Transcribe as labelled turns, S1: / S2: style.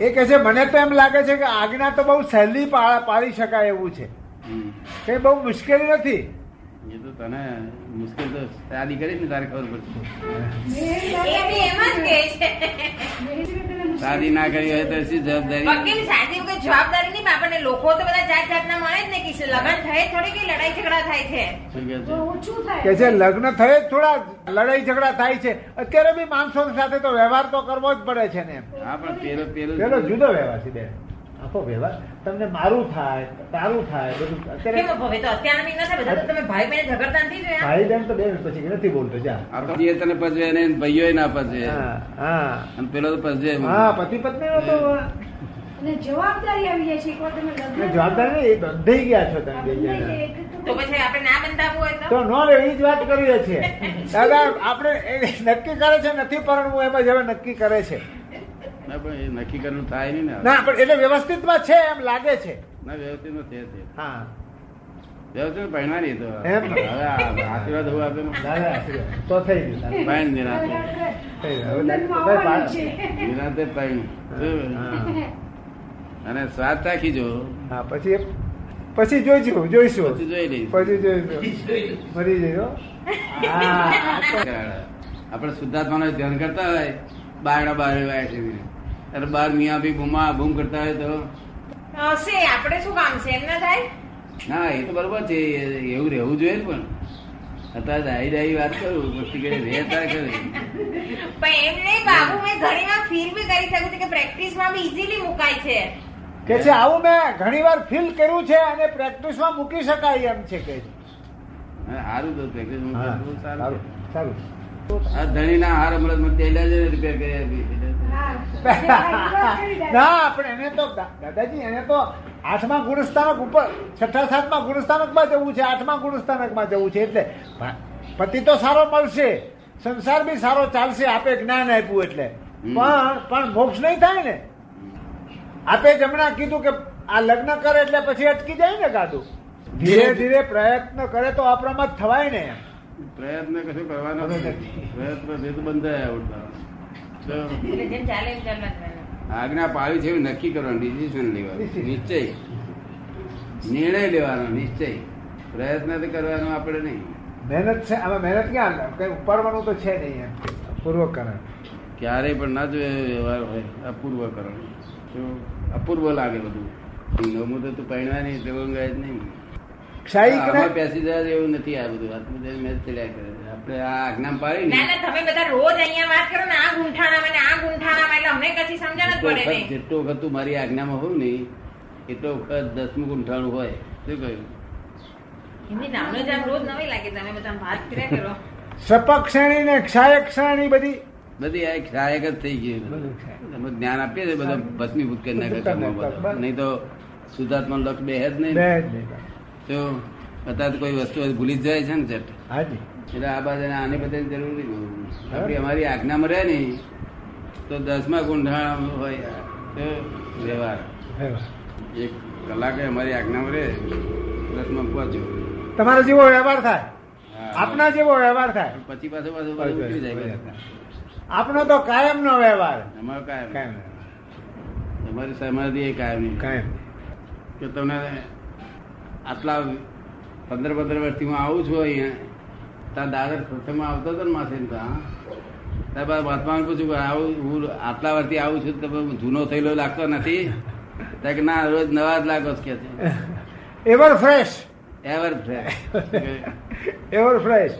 S1: એ કહે છે મને તો એમ લાગે છે કે આજ્ઞા તો બહુ સહેલી પા- પાડી શકાય એવું છે
S2: હમ.
S1: કઈ બહુ મુશ્કેલી નથી
S2: એ તો તને મુશ્કેલ તો શાદી કરી ને તારે ખબર પડશે
S3: એ બી એમ જ કહે છે.
S2: શાદી ના કરી હોય તો શું જવાબદારી
S3: વકીલ સાચી વખત જવાબદારી નહીં પણ આપણને લોકો તો બધા જાત જાતના મળે જ ને કે છે. લગ્ન થાય થોડી કઈ લડાઈ ઝઘડા થાય છે
S2: શું કહે છે
S4: ઓછું થાય
S1: કે છે લગ્ન થયે જ થોડા લડાઈ ઝઘડા થાય છે અત્યારે બી માણસો સાથે તો વ્યવહાર તો કરવો જ પડે છે ને એમ
S2: હા પણ પેલો પેલો
S1: પેલો જુદો વ્યવહાર છે બેન આખો વ્યવહાર તમને મારું થાય તારું થાય બધું
S3: કેમ
S1: અત્યારે
S3: હવે તો અત્યારના બી ન થાય બધા તો તમે ભાઈ બહેન ઝઘડતા નથી જોયા
S1: ભાઈ બેન તો બેન પછી નથી બોલતો જા
S2: આ તો એ તને પજવે ને ભાઈઓ ના પજવે
S1: હા હા
S2: અને પેલો તો પજવે
S1: હા પતિ પત્ની નો તો
S4: અને જવાબદારી આવી જાય છે એકવાર તમે લગ્ન
S1: જવાબદારી એ બંધાઈ ગયા છો તમે બે
S4: બંધાઈ
S1: જણા.
S4: જાય એટલે
S3: તો
S4: તો
S3: પછી આપણે ના બંધાવવું હોય તો
S1: તો નો રે એ જ વાત કરીએ છીએ દાદા આપણે એ નક્કી કરે છે નથી પરણવું એમ જ હવે નક્કી કરે છે
S2: ના પણ એ નક્કી કરેલું થાય નહીં ને
S1: ના પણ એટલે વ્યવસ્થિતમાં છે એમ લાગે છે
S2: ના વ્યવસ્થિત નો છે તે.
S1: હા
S2: વ્યવસ્થિત ભણવાની એ તો
S1: એમ.
S2: હવે આ આશીર્વાદ હોવા આપે ને.
S1: દાદા તો થઈ ગયું દાદા.
S2: ભાઈ ને નિરાંતે.
S1: થઈ ગયું. હવે
S4: લગ્નમાં
S1: ભાઈ,
S4: આવવાનું
S1: પાછું.
S4: છે
S2: નિરાંતે ભાઈ. શું?
S1: હા.
S2: અને સ્વાદ રાખી જો
S1: હા પછી એ- પછી જોઈશું જોઈશું
S2: પછી જોઈ લઈશ
S1: પછી જોઈશું મરી જઈશું હા આ તો-
S2: આપણે શુદ્ધાત્માને ધ્યાન કરતા હોય બારણા બાર વાય છે ત્યારે બાર મિયા બી બૂમા બૂમ કરતા હોય તો
S3: હશે આપણે શું કામ છે એમ ના થાય
S2: ના એ તો બરોબર છે એ- એવું રહેવું જોઈએ ને પણ અત્યારે ડાહી ડાહી વાત કરું પછી કઈ રહેતા કરે
S3: પણ એમ નહીં બાબુ મેં ઘણી વાર ફીલ બી કરી શકું છું કે પ્રેક્ટિસમાં બી ઇઝીલી મુકાય છે
S1: કે છે આવું મેં ઘણી વાર ફીલ કર્યું છે અને પ્રેક્ટિસમાં મૂકી શકાય એમ છે કે
S2: સારું તો પ્રેક્ટિસ હું
S1: હા,
S2: કરું,
S1: સારું
S2: સારું
S1: સારું
S2: છે. આ ધણીના હાર હમણાં મને તેડા જ રિપેર કર્યા બી.
S4: હા
S1: ના પણ એને તો દા- દાદાજી એને તો આઠમા ગુણસ્થાનક ઉપર છઠ્ઠા સાતમા ગુણસ્થાનકમાં જવું છે આઠમા ગુણસ્થાનકમાં જવું છે એટલે ભા- પતિ તો સારો મળશે સંસાર બી સારો ચાલશે આપે જ્ઞાન આપ્યું એટલે
S2: હમ.
S1: પણ પણ મોક્ષ નહીં થાય ને આપે જમણા કીધું કે આ લગ્ન કરે એટલે પછી અટકી જાય ને ગાદું ધીરે ધીરે પ્રયત્ન કરે તો અપ્રમત થવાય ને એમ.
S2: પ્રયત્ન કશું કરવાનો
S1: હવે
S2: નથી. પ્રયત્ન છે તો બંધાય આવડતા તો
S3: એટલે જેમ ચાલે એમ ચાલવા દેવાનું.
S2: આજ્ઞા પાડી છે એવું નક્કી કરવાનું ડિસિઝન લેવાનું નિશ્ચય નિર્ણય લેવાનો નિશ્ચય પ્રયત્ન તો કરવાનો આપણે નહીં
S1: મહેનત છે આમાં મહેનત ક્યાં કઈ ઉપાડવાનું તો છે નહીં એમ પૂર્વકરણ
S2: ક્યારેય પણ ના જોયો એવો વ્યવહાર હોય અપૂર્વ કરણ તો અપૂર્વ લાગે બધું નવમું તો તું પહેણવા નહીં એટલે બહુ ગાય જ નહીં
S1: ક્ષાયી
S2: આમાં
S1: જ્ઞાન
S2: બેસી જવા જેવું નથી આ બધું આટલું બધું મેં ચડ્યા કરે છે. આપણે આ આજ્ઞા
S3: ના
S2: પાડી ને
S3: ના તમે બધા રોજ અહીંયા વાત કરો ને આ ગુંઠાણામાં ને આ ગુંઠાણામાં એટલે અમને કશી સમજણ જ
S2: જેટલો
S3: પડે
S2: વખત
S3: નહીં
S2: જેટલો વખત તું મારી આજ્ઞામાં હોઉં ને એટલો વખત દસમું ગુંઠાણું હોય શું કહ્યું
S3: એમની નામનો જ આમ રોજ નવી લાગે તમે બધા વાત કર્યા કરો
S1: સપક શ્રેણી ને ક્ષાયક શ્રેણી બધી
S2: બધી આ એક સહાયક જ થઈ ગઈ
S1: બધું સહાયક.
S2: તમે જ્ઞાન આપીએ છીએ બધા ભસ્મીભૂત કરી નાખે
S1: બધું
S2: કર્મો
S1: કરી નાખે.
S2: બધા. નહીં તો શુદ્ધાત્મા લક્ષ બે જ નહીં
S1: બે જ નહીં.
S2: તો બધા તો કોઈ વસ્તુ ભૂલી જ જાય છે ને ઝટ
S1: હાજી
S2: એટલે આ બાજુ આને બધાની જરૂર નહીં આપણી અમારી આજ્ઞામાં રહે નહીં તો દસમા ગુંઠાણ હોય તો વ્યવહાર
S1: બરાબર.
S2: એક કલાકે અમારી આજ્ઞામાં રહે દસમાં પહોંચો
S1: તમારો જેવો વ્યવહાર થાય
S2: હા.
S1: આપના જેવો વ્યવહાર થાય
S2: પછી પાછો પાછો પાછો ઉતરી જાય
S1: આપનો તો કાયમ નો વ્યવહાર
S2: અમારો કાયમ
S1: કાયમ
S2: તમારી સમાધિ એ કાયમ
S1: કાયમ
S2: કે તમને આટલા પંદર પંદર વર્ષથી હું આવું છું અહીંયા તાર દાદર ખોખેમાં આવતો હતો ને માસીને ત્યાં ત્યાં બાદ મહાત્માને પૂછ્યું કે આવું હું આટલા વર્ષથી આવું છું તમે જૂનો થયેલો લાગતો નથી ત્યાં કે ના રોજ નવા જ લાગો છો કે છે
S1: ever fresh
S2: ever fresh
S1: ever fresh